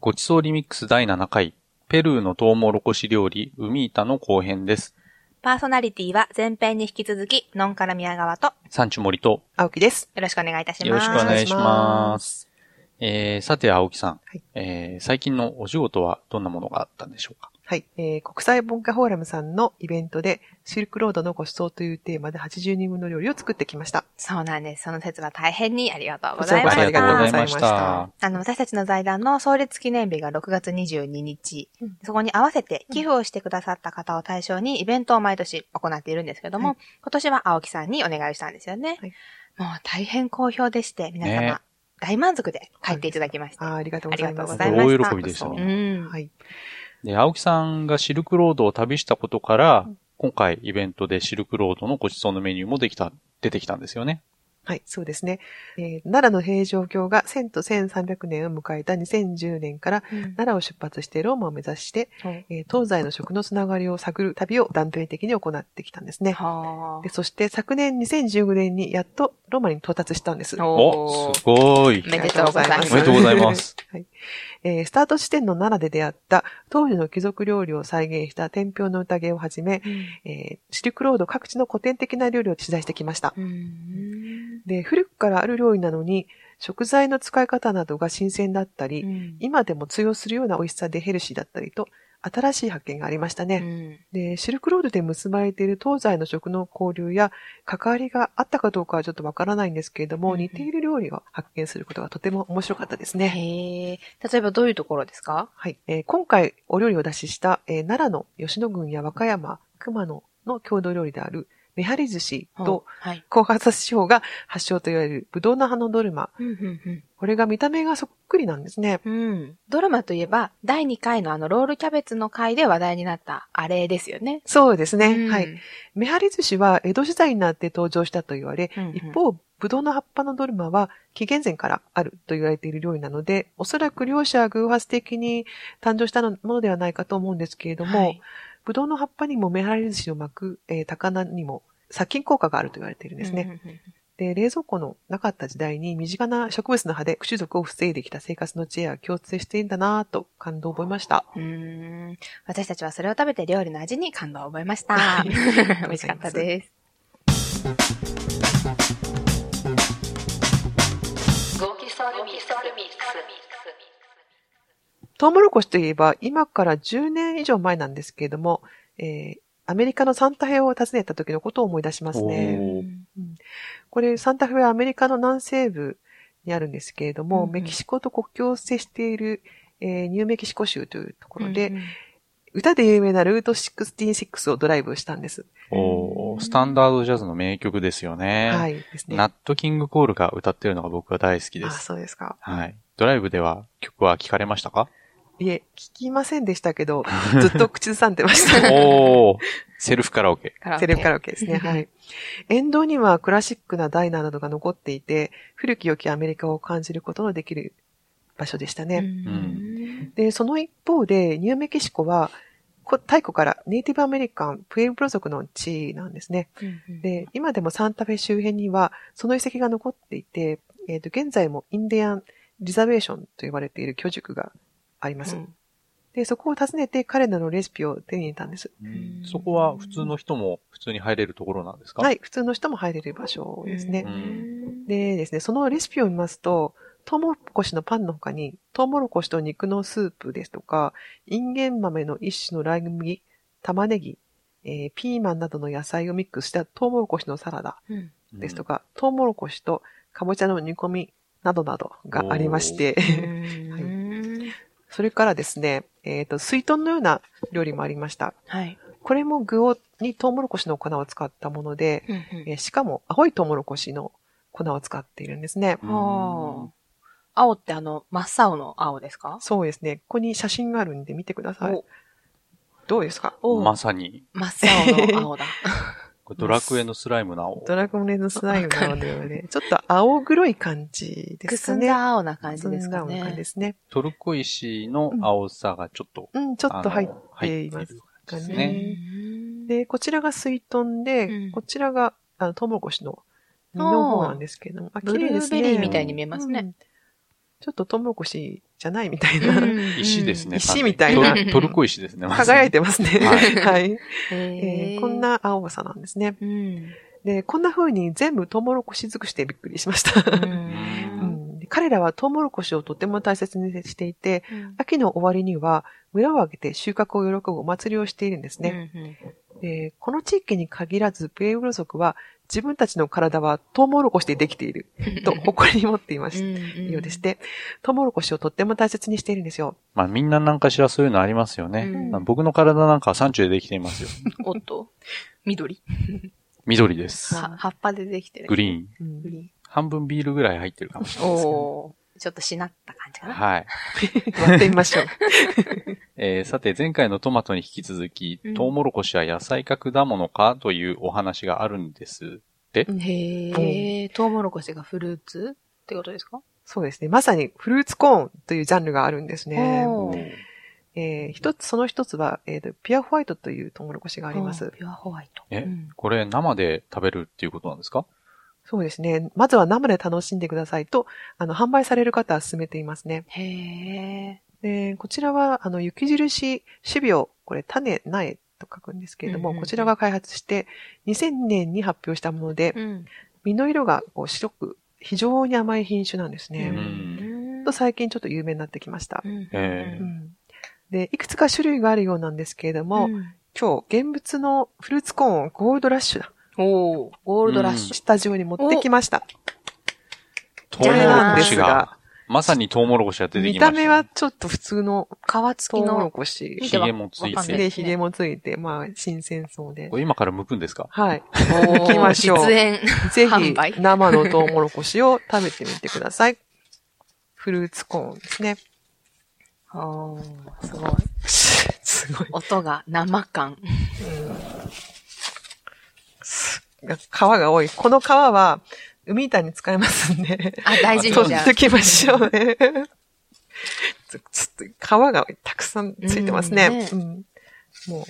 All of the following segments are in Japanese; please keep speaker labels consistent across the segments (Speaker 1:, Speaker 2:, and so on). Speaker 1: ごちそうリミックス第7回、ペルーのトウモロコシ料理、ウミータの後編です。
Speaker 2: パーソナリティは前編に引き続き、ノンカラ宮川と、
Speaker 1: サンチュモリと、
Speaker 3: 青木です。
Speaker 2: よろしくお願いいたします。
Speaker 1: よろしくお願いしま。
Speaker 3: ます
Speaker 1: えー、さて、青木さん、
Speaker 3: はい
Speaker 1: えー、最近のお仕事はどんなものがあったんでしょうか
Speaker 3: はい、えー国際文化フォーラムさんのイベントで、シルクロードのご馳走というテーマで80人分の料理を作ってきました。
Speaker 2: そうなんです。その説は大変にありがとうございま
Speaker 3: こ
Speaker 1: あ
Speaker 2: した。
Speaker 3: ちら
Speaker 1: りがとうござい
Speaker 3: す
Speaker 1: ました。
Speaker 2: あの、私たちの財団の創立記念日が6月22日、
Speaker 3: うん
Speaker 2: そこに合わせて寄付をしてくださった方を対象にイベントを毎年行っているんですけども、
Speaker 3: は
Speaker 2: 今年は青木さんにお願いしたんですよね。
Speaker 3: はい
Speaker 2: もう大変好評でして、皆様、
Speaker 1: ね
Speaker 2: 大満足で帰っていただきました。
Speaker 3: あーありがとうございます。
Speaker 2: ありがとうございました
Speaker 1: 大喜びでした
Speaker 2: う
Speaker 1: ね
Speaker 2: ん。
Speaker 3: はい。
Speaker 1: で、青木さんがシルクロードを旅したことから、
Speaker 3: うん
Speaker 1: 今回イベントでシルクロードのごちそうのメニューもできた、出てきたんですよね。
Speaker 3: はい、そうですね。えー奈良の平城京が1000と1300年を迎えた2010年から、
Speaker 2: うん
Speaker 3: 奈良を出発してローマを目指して、
Speaker 2: そう
Speaker 3: えー東西の食のつながりを探る旅を断片的に行ってきたんですね。
Speaker 2: は
Speaker 3: でそして昨年2015年にやっとローマに到達したんです
Speaker 2: あ。。
Speaker 1: お
Speaker 2: ー
Speaker 1: すごい
Speaker 2: お。めでとうございます。
Speaker 1: おめでとうございます。
Speaker 3: えースタート地点の奈良で出会った当時の貴族料理を再現した天平の宴をはじめ、
Speaker 2: うん
Speaker 3: えーシルクロード各地の古典的な料理を取材してきました。
Speaker 2: うん
Speaker 3: で、古くからある料理なのに、食材の使い方などが新鮮だったり、今でも通用するような美味しさでヘルシーだったりと、新しい発見がありました
Speaker 2: う
Speaker 3: ね。
Speaker 2: ん
Speaker 3: で、シルクロードで結ばれている東西の食の交流や関わりがあったかどうかはちょっとわからないんですけれど
Speaker 2: うん
Speaker 3: も、
Speaker 2: うん
Speaker 3: 似ている料理を発見することがとても面白かったですね。
Speaker 2: へえ。例えばどういうところですか
Speaker 3: はい、えー今回お料理を出しした、えー奈良の吉野郡や和歌山、熊野の郷土料理であるめはり寿司と、
Speaker 2: はい。
Speaker 3: 高発達地方が発祥といわれるぶどうの葉のドルマ。
Speaker 2: うんうん
Speaker 3: これが見た目がそっくりなんですね。
Speaker 2: うん。うん。ドラマといえば、第2回のあの、ロールキャベツの回で話題になった、あれですよね。
Speaker 3: そうですね。
Speaker 2: うん
Speaker 3: はい。。めはり寿司は江戸時代になって登場したと言われ、
Speaker 2: うんうん
Speaker 3: 一、方、ぶどうの葉っぱのドルマは紀元前からあると言われている料理なので、おそらく両者は偶発的に誕生したのものではないかと思うんですけれども、
Speaker 2: はい
Speaker 3: ブドウの葉っぱにもメハラリ寿司を巻く、えー高菜にも殺菌効果があると言われているんですね。。
Speaker 2: うんうんうん
Speaker 3: で、冷蔵庫のなかった時代に身近な植物の葉で種属を防いできた生活の知恵は共通しているんだなぁと感動を覚えました。
Speaker 2: うーん。私たちはそれを食べて料理の味に感動を覚えました
Speaker 3: は。い
Speaker 2: 美
Speaker 3: とう
Speaker 2: 味
Speaker 3: ご
Speaker 2: し
Speaker 3: ざ
Speaker 2: か
Speaker 3: い
Speaker 2: っ
Speaker 3: ま
Speaker 2: た
Speaker 3: す
Speaker 2: です。
Speaker 3: トウモロコシといえば今から10年以上前なんですけれども、えーアメリカのサンタフェを訪ねた時のことを思い出します
Speaker 1: お
Speaker 3: ね。
Speaker 1: ー
Speaker 3: これ、サンタフェはアメリカの南西部にあるんですけれど
Speaker 2: う
Speaker 3: も、
Speaker 2: んうん
Speaker 3: メキシコと国境を接している、えーニューメキシコ州というところで、
Speaker 2: うんうん、
Speaker 3: 歌で有名なルート66をドライブしたんです。
Speaker 1: おースタンダードジャズの名曲ですよね。
Speaker 3: はい。ですね。
Speaker 1: ナットキングコールが歌ってるのが僕は大好きで
Speaker 3: あ、
Speaker 1: す。
Speaker 3: そうですか。
Speaker 1: はい。ドライブでは曲は聞かれま したか
Speaker 3: いえ、聞きませんでした けど、ずっと口ずさんでました。
Speaker 1: おー、セルフカラオケ。
Speaker 2: カラオケ
Speaker 3: セレブカラオケ ですね。はい。沿道にはクラシックなダイナーなどが残っていて、古き良きアメリカを感じることのできる場所でしたね。
Speaker 2: うん
Speaker 3: で、その一方で、ニューメキシコは、こ太古からネイティブアメリカン、プエルプロ族の地なんですね。
Speaker 2: うん
Speaker 3: で、今でもサンタフェ周辺には、その遺跡が残っていて、えっ、と、現在もインディアンリザベーションと呼ばれている居宿があります。
Speaker 2: うん
Speaker 3: で、そこを訪ねて彼らのレシピを手に入れたんです。
Speaker 2: ん
Speaker 1: そこは普通の人も普通に入れるところなんですか。
Speaker 3: はいい、普通の人も入れる場所ですね。
Speaker 1: うん
Speaker 3: でですね、そのレシピを見ますと、トウモロコシのパンの他に、トウモロコシと肉のスープですとか、インゲン豆の一種のライ麦、玉ねぎ、えーピーマンなどの野菜をミックスしたトウモロコシのサラダ、
Speaker 2: うん
Speaker 3: ですとか、トウモロコシとかぼちゃの煮込みなどなどがありまして、
Speaker 2: うん
Speaker 3: それからですね、えっ、と、水豚のような料理もありました。
Speaker 2: はい。
Speaker 3: これも具をにトウモロコシの粉を使ったもので、
Speaker 2: うんうん
Speaker 3: えーしかも青いトウモロコシの粉を使っているんですね。
Speaker 1: うん
Speaker 2: はあ。青ってあの、真っ青の青ですか
Speaker 3: そうですね。ここに写真があるんで見てください。どうですか
Speaker 2: おお
Speaker 1: まさに、
Speaker 2: 真っ青の青だ。
Speaker 1: これドラクエのスライムな青。
Speaker 3: ドラゴンレーズスライムなのではね、ちょっと青黒い感じで
Speaker 2: く
Speaker 3: す
Speaker 2: す
Speaker 3: か
Speaker 2: ん
Speaker 3: ね。
Speaker 2: だ青な感じですか
Speaker 3: くすんだ青な感じで
Speaker 2: ね。
Speaker 3: すね。
Speaker 1: トルコ石の青さがちょっと、
Speaker 3: うん、ちょっと入っ
Speaker 1: あの
Speaker 3: てい
Speaker 1: 入っ
Speaker 3: ます。
Speaker 1: ている感じです
Speaker 2: う
Speaker 1: ね。
Speaker 2: ん
Speaker 3: で、こちらが水豚で、
Speaker 2: うん
Speaker 3: こちらがあのトウモロコシの実の方なんですけれども、あ、
Speaker 2: ブ
Speaker 3: 綺
Speaker 2: ル
Speaker 3: 麗です
Speaker 2: ー
Speaker 3: ね。
Speaker 2: ベリーみたいに見えます
Speaker 3: う
Speaker 2: ね
Speaker 3: ん。ちょっとトウモロコシじゃないみたいな、
Speaker 2: うん
Speaker 1: 石ですね。
Speaker 3: 石みたいな
Speaker 1: トルトルコ石ですね。まさに
Speaker 3: 輝いてますね。
Speaker 1: はい
Speaker 3: はい、
Speaker 2: へ
Speaker 3: え
Speaker 2: ー
Speaker 3: ーこん。な青さなんですね。
Speaker 2: うん。
Speaker 3: で、こんな風に全部トウモロコシ尽くしてびっくりしました。
Speaker 2: うん
Speaker 3: うんで彼らはトウモロコシをとても大切にしていて、
Speaker 2: うん
Speaker 3: 秋の終わりには村を挙げて収穫を喜ぶお祭りをしているんですね。
Speaker 2: うんうん
Speaker 3: でこの地域に限らず、ペウロ族は自分たちの体はトウモロコシでできていると誇りに持っていま し
Speaker 2: うん
Speaker 3: ようでして、トウモロコシをとっても大切にしているんですよ。
Speaker 1: まあみんななんかしらそういうのありますよね。
Speaker 2: うん
Speaker 1: まあ僕の体なんかは山中でできていますよ。
Speaker 2: おっと。緑
Speaker 1: 緑です。
Speaker 2: は葉っぱでできてる。
Speaker 1: グリーン。
Speaker 3: うん
Speaker 2: グリ
Speaker 1: 半分ビールぐらい入ってるかもし
Speaker 2: ーン。おーちょっとしなった感じか
Speaker 1: れない。
Speaker 2: な。
Speaker 1: はい。
Speaker 3: 割ってみましょう。
Speaker 1: えーさて、前回のトマトに引き続き
Speaker 2: うん、
Speaker 1: トウモロコシは野菜か果物かというお話があるんです。
Speaker 2: へえ、トウモロコシがフルーツってことですか
Speaker 3: そうですね。まさにフルーツコーンというジャンルがあるんですね。
Speaker 2: おー
Speaker 3: えー一つ、その一つは、えーとピアホワイトというトウモロコシがありま
Speaker 2: うん
Speaker 3: す。
Speaker 2: ピュアホワイト。
Speaker 1: え
Speaker 2: うん
Speaker 1: これ生で食べるっていうことなんですか
Speaker 3: そうですね。まずは生で楽しんでくださいと、あの、販売される方は勧めていますね。
Speaker 2: へえ。
Speaker 3: で、こちらは、あの、雪印種苗、これ、種、苗と書くんですけれども、
Speaker 2: うんうんうん
Speaker 3: こちらが開発して、2000年に発表したもので、
Speaker 2: うん。
Speaker 3: 実の色がこう白く、非常に甘い品種なんですね。
Speaker 2: うん
Speaker 3: と最近ちょっと有名になってきました
Speaker 2: う。ん
Speaker 1: えー
Speaker 3: うんで、いくつか種類があるようなんですけれども、
Speaker 2: うん
Speaker 3: 今日、現物のフルーツコーンをゴールドラッシュだ。
Speaker 2: おーゴールドラッシ
Speaker 3: スタジオに持ってきました。
Speaker 1: トウモ
Speaker 2: じゃ
Speaker 1: ロ
Speaker 2: あ
Speaker 1: コシが、まさにトウモロコシが出て
Speaker 3: 見
Speaker 1: きましたたね。
Speaker 3: 目はちょっと普通の
Speaker 2: ュ。皮
Speaker 3: ト
Speaker 2: 付
Speaker 3: ウ
Speaker 2: き
Speaker 3: モロ
Speaker 2: の。
Speaker 3: コシ
Speaker 2: 見
Speaker 1: ひげもつい
Speaker 2: わかんな
Speaker 1: て。
Speaker 2: い
Speaker 3: で、ひげもついて、まあ、新鮮そうで
Speaker 1: こ。れ今から剥くんですか
Speaker 3: はい。
Speaker 2: 行
Speaker 3: きましょう
Speaker 2: 実演。
Speaker 3: ぜ
Speaker 2: 販
Speaker 3: ひ
Speaker 2: 売、
Speaker 3: 生のトウモロコシを食べてみてください。フルーツコーンですね。
Speaker 2: おーすごい。
Speaker 3: すごい。
Speaker 2: 音が生感。
Speaker 3: うん皮が多い。この皮は、海板に使えますんで。
Speaker 2: あ、大事
Speaker 3: 取
Speaker 2: にじゃ
Speaker 3: っときましょうね。ちょちょっと皮がたくさんついてますね。
Speaker 2: う
Speaker 3: うんもう、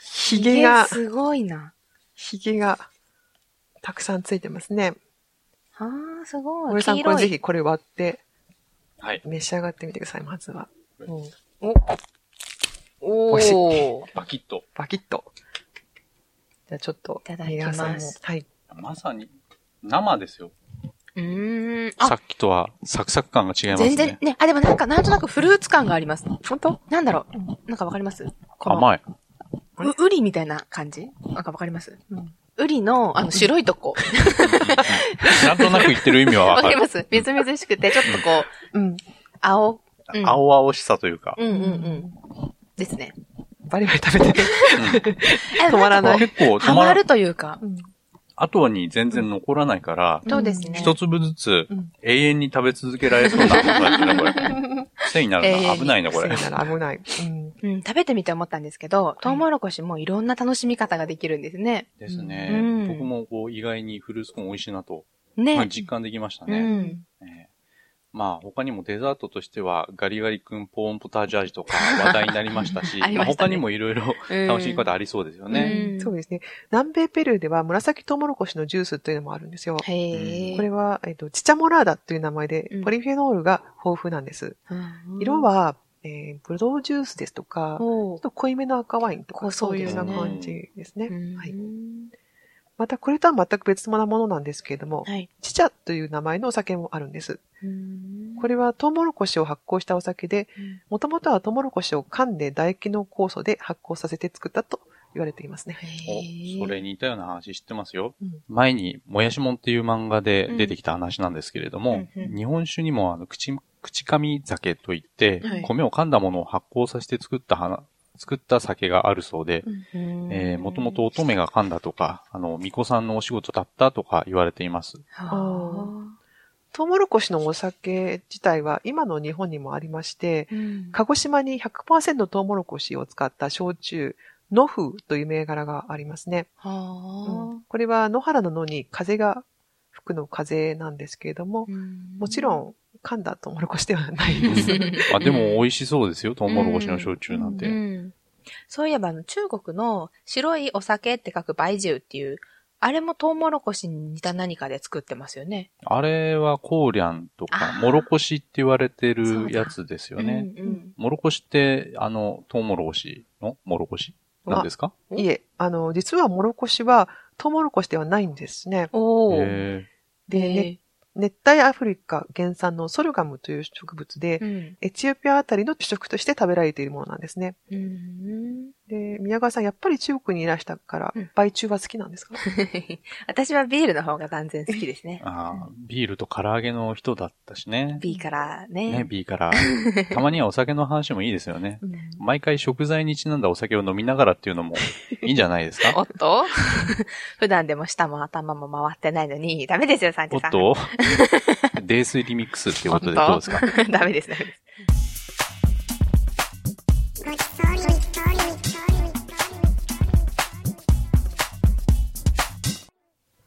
Speaker 3: ひげが、
Speaker 2: すごいな。
Speaker 3: ひげがたくさんついてますね。
Speaker 2: あー、すごい。
Speaker 3: 森さん、
Speaker 2: 黄
Speaker 3: こ
Speaker 2: 色
Speaker 3: れ
Speaker 2: い
Speaker 3: ぜひこれ割って
Speaker 1: はい。
Speaker 3: 召し上がってみてください、まずは。うん
Speaker 2: お
Speaker 3: 美味しい
Speaker 2: ー
Speaker 1: バキッと。
Speaker 3: バキッと。じゃあちょっと、
Speaker 2: いただきます
Speaker 3: 皆さんもはい。
Speaker 1: まさに、生ですよ。
Speaker 2: うーん。
Speaker 1: さ
Speaker 2: あ、
Speaker 1: っきとはサクサク感が違いますね。
Speaker 2: 全然ね。あ、でもなんか、なんとなくフルーツ感があります。
Speaker 3: 本当
Speaker 2: なんだろう。なんかわかりますこの
Speaker 1: 甘い。
Speaker 2: う、ウリみたいな感じなんかわかります
Speaker 3: うん
Speaker 2: ウリの、あの、白いとこ。
Speaker 1: なんとなく言ってる意味は
Speaker 2: わ
Speaker 1: わ
Speaker 2: か
Speaker 1: か
Speaker 2: り
Speaker 1: る。
Speaker 2: ますみずみずしくて、ちょっとこう、
Speaker 3: うん。
Speaker 2: 青。うん
Speaker 1: 青々しさというか。
Speaker 2: うんうんうん。ですね。
Speaker 3: バリバリ食べて。
Speaker 2: 止
Speaker 3: 止まらない
Speaker 1: 結構
Speaker 2: ハ
Speaker 1: 止
Speaker 2: マ
Speaker 1: ま
Speaker 2: る
Speaker 1: る。
Speaker 2: というか。
Speaker 3: うん
Speaker 1: 後に全然残らないから、
Speaker 2: そうですね。
Speaker 1: 一粒ずつ
Speaker 3: うん
Speaker 1: 永遠に食べ続けられそうなことだね、これ。癖になる
Speaker 2: 永遠
Speaker 1: な。
Speaker 2: に
Speaker 1: 危ないな、これ。
Speaker 3: せいなら危ない。うん。
Speaker 2: うん、食べてみて思ったんですけど、トウモロコシもいろんな楽しみ方ができるんですね。
Speaker 1: です
Speaker 2: う
Speaker 1: ね
Speaker 2: ん。
Speaker 1: 僕もこう意外にフルーツコーン美味しいなと、
Speaker 2: ね。
Speaker 1: まあ実感できました
Speaker 2: う
Speaker 1: ね。
Speaker 2: ん。
Speaker 1: ええまあ他にもデザートとしてはガリガリ君ポーンポタージュ味とか話題になりましたし、
Speaker 2: ありましたね
Speaker 1: あ他にもいろいろ楽しみ方ありそうですよね。
Speaker 2: うん
Speaker 3: そうですね。南米ペルーでは紫トウモロコシのジュースというのもあるんですよ。
Speaker 2: へえ。
Speaker 3: これは、えっと、チチャモラーダという名前で
Speaker 2: うん、
Speaker 3: ポリフェノールが豊富なんです。
Speaker 2: うん、
Speaker 3: 色は、えー、ブドウジュースですとか、ちょ
Speaker 2: お
Speaker 3: っ
Speaker 2: ー、
Speaker 3: と濃いめの赤ワインと
Speaker 2: こう
Speaker 3: か、
Speaker 2: そ
Speaker 3: そううい
Speaker 2: で
Speaker 3: う
Speaker 2: す
Speaker 3: よ
Speaker 2: ね
Speaker 3: うな感じですね。はい、
Speaker 2: うん
Speaker 3: また、これとは全く別のものなんですけれども、
Speaker 2: はい。
Speaker 3: チチャという名前のお酒もあるんです。こ
Speaker 2: れ、
Speaker 3: れはトウモロコシを発酵したお酒で、もともとはトウモロコシを噛んで唾液の酵素で発酵させて作ったと言われていますね。
Speaker 2: へえ。
Speaker 1: おそれに似たような話知ってますよ。
Speaker 3: うん
Speaker 1: 前に、もやしもんっていう漫画で出てきた話なんですけれども、
Speaker 2: うんうん
Speaker 1: 日本酒にもあの口、口紙酒といって、
Speaker 2: はい
Speaker 1: 米を噛んだものを発酵させて作った花、作った酒があるそうで、
Speaker 2: うん、
Speaker 1: えー、もともと乙女が噛んだとか、あの、巫女さんのお仕事だったとか言われています。
Speaker 2: は
Speaker 3: トウモロコシのお酒自体は今の日本にもありまして、
Speaker 2: あ、うん
Speaker 3: 鹿児島に100%トウモロコシを使った焼酎、野風という銘柄がありますね。
Speaker 2: はあ
Speaker 3: うんこれは野原の野に風が吹くの風なんですけれども、
Speaker 2: うん
Speaker 3: もちろ ん噛んだトウモロコシではないです。
Speaker 1: あ、でも美味しそうですよ、トウモロコシの焼酎なんて。
Speaker 2: うんそういえば、あの、中国の白いお酒って書く白酒っていう、あれもトウモロコシに似た何かで作ってますよね。
Speaker 1: あれはコーリャンとか
Speaker 2: あ、ー
Speaker 1: もろこしって言われてるやつですよね。
Speaker 2: うんうん。
Speaker 1: もろこしって、あの、トウモロコシのもろこしなんですか
Speaker 3: いえ、あの、実はもろこしはトウモロコシではないんですね。
Speaker 2: おー。
Speaker 1: へ
Speaker 3: で、ね熱帯アフリカ原産のソルガムという植物で、
Speaker 2: うん。
Speaker 3: エチオピアあたりの主食として食べられているものなんですね。
Speaker 2: うん。
Speaker 3: で、宮川さん、やっぱり中国にいらしたから
Speaker 2: うん、
Speaker 3: 売中は好きなんですか
Speaker 2: 私はビールの方が断然好きですね
Speaker 1: ー。あービールと唐揚げの人だったしね。
Speaker 2: B から
Speaker 1: ね、
Speaker 2: ね。
Speaker 1: B から。たまにはお酒の話もいいですよ ね。
Speaker 2: うん
Speaker 1: 毎回食材にちなんだお酒を飲みながらっていうのもいいんじゃないです
Speaker 2: お
Speaker 1: か
Speaker 2: っと 普段でも舌も頭も回ってないのに、ダメですよ、サン
Speaker 1: お
Speaker 2: チ
Speaker 1: っ
Speaker 2: さん。
Speaker 1: とデースリミックスっていうことでどうですか
Speaker 2: ダメです、ダメです。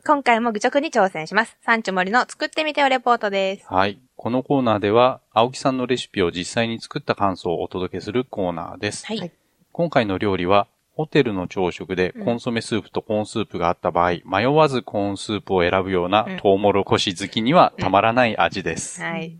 Speaker 2: 今回も愚直に挑戦します。サンチュ森の作ってみてをレポートです。
Speaker 1: はい。このコーナーでは、青木さんのレシピを実際に作った感想をお届けするコーナーです。
Speaker 2: はい。
Speaker 1: 今回の料理は、ホテルの朝食でコンソメスープとコーンスープがあった場合、迷わずコーンスープを選ぶような
Speaker 2: うん
Speaker 1: トウモロコシ好きにはたまらない味です。
Speaker 2: はい。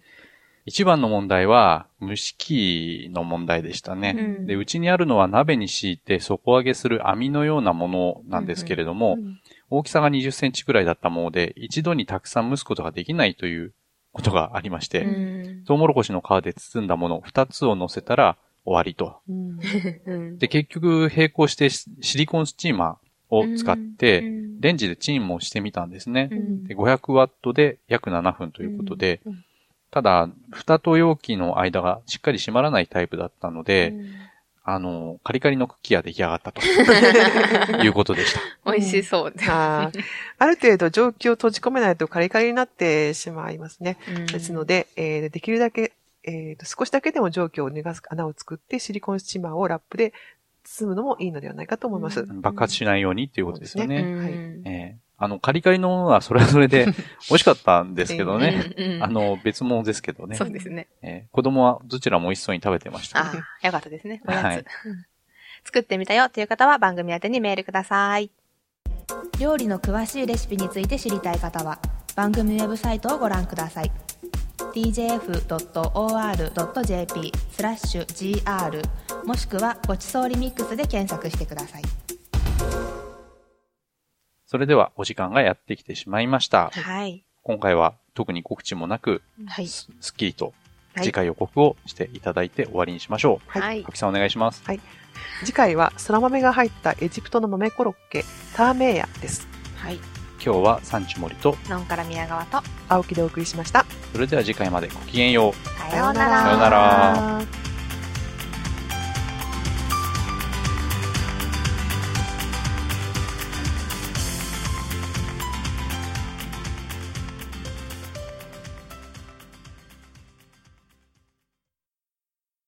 Speaker 1: 一番の問題は、蒸し器の問題でしたね。
Speaker 2: うん
Speaker 1: で、うちにあるのは鍋に敷いて底上げする網のようなものなんですけれども、
Speaker 3: うん
Speaker 1: 大きさが20センチくらいだったもので、一度にたくさん蒸すことができないということがありまして、
Speaker 2: うん。
Speaker 1: トウモロコシの皮で包んだもの2つを乗せたら終わりと。
Speaker 3: うん
Speaker 2: うん
Speaker 1: で、結局並行してシシリコンスチーマーを使って、レンジでチンもしてみたんですね。
Speaker 2: うん
Speaker 1: で500ワットで約7分ということで、
Speaker 3: うんうん
Speaker 1: ただ、蓋と容器の間がしっかり閉まらないタイプだったので、あの、カリカリのクッキーが出来上がったということでした。
Speaker 2: 美味しそうです。
Speaker 3: あーある程度蒸気を閉じ込めないとカリカリになってしまいますね。
Speaker 2: うん
Speaker 3: ですの、で、えーできるだけ、えーと少しだけでも蒸気を逃がす穴を作ってシリコンスチーマーをラップで包むのもいいのではないかと思います。
Speaker 2: うん
Speaker 1: 爆発しないようにっていうことですよ
Speaker 2: う
Speaker 1: ね。
Speaker 2: ん
Speaker 3: はい
Speaker 1: ええあの、カリカリのものはそれはそれで美味しかったんですけどね。
Speaker 2: うんうん
Speaker 1: あの、別物ですけどね。
Speaker 2: そうですね。
Speaker 1: ええ子供はどちらも美味しそうに食べてました。
Speaker 2: ああ、よかったですね。おやつ。
Speaker 1: はい
Speaker 2: 作ってみたよという方は番組宛てにメールください。料理の詳しいレシピについて知りたい方は、番組ウェブサイトをご覧ください。tjf.or.jp スラッシュ gr もしくはごちそうリミックスで検索してください。
Speaker 1: それではお時間がやってきてしまいました。
Speaker 2: はい。
Speaker 1: 今回は特に告知もなく、
Speaker 2: はい。
Speaker 1: すすっきりと
Speaker 2: はい
Speaker 1: 次回予告をしていただいて終わりにしましょう。
Speaker 2: はい
Speaker 1: 青。木さんお願いします。
Speaker 3: 次回は空豆が入ったエジプトの豆コロッケ、ターメーヤです。
Speaker 2: はい。
Speaker 1: 今日はサンチュモリと、
Speaker 2: ノンから宮川と、
Speaker 3: 青木でお送りしました。
Speaker 1: それでは次回までごきげんよう。
Speaker 2: さようなら。
Speaker 1: さようなら
Speaker 3: ら。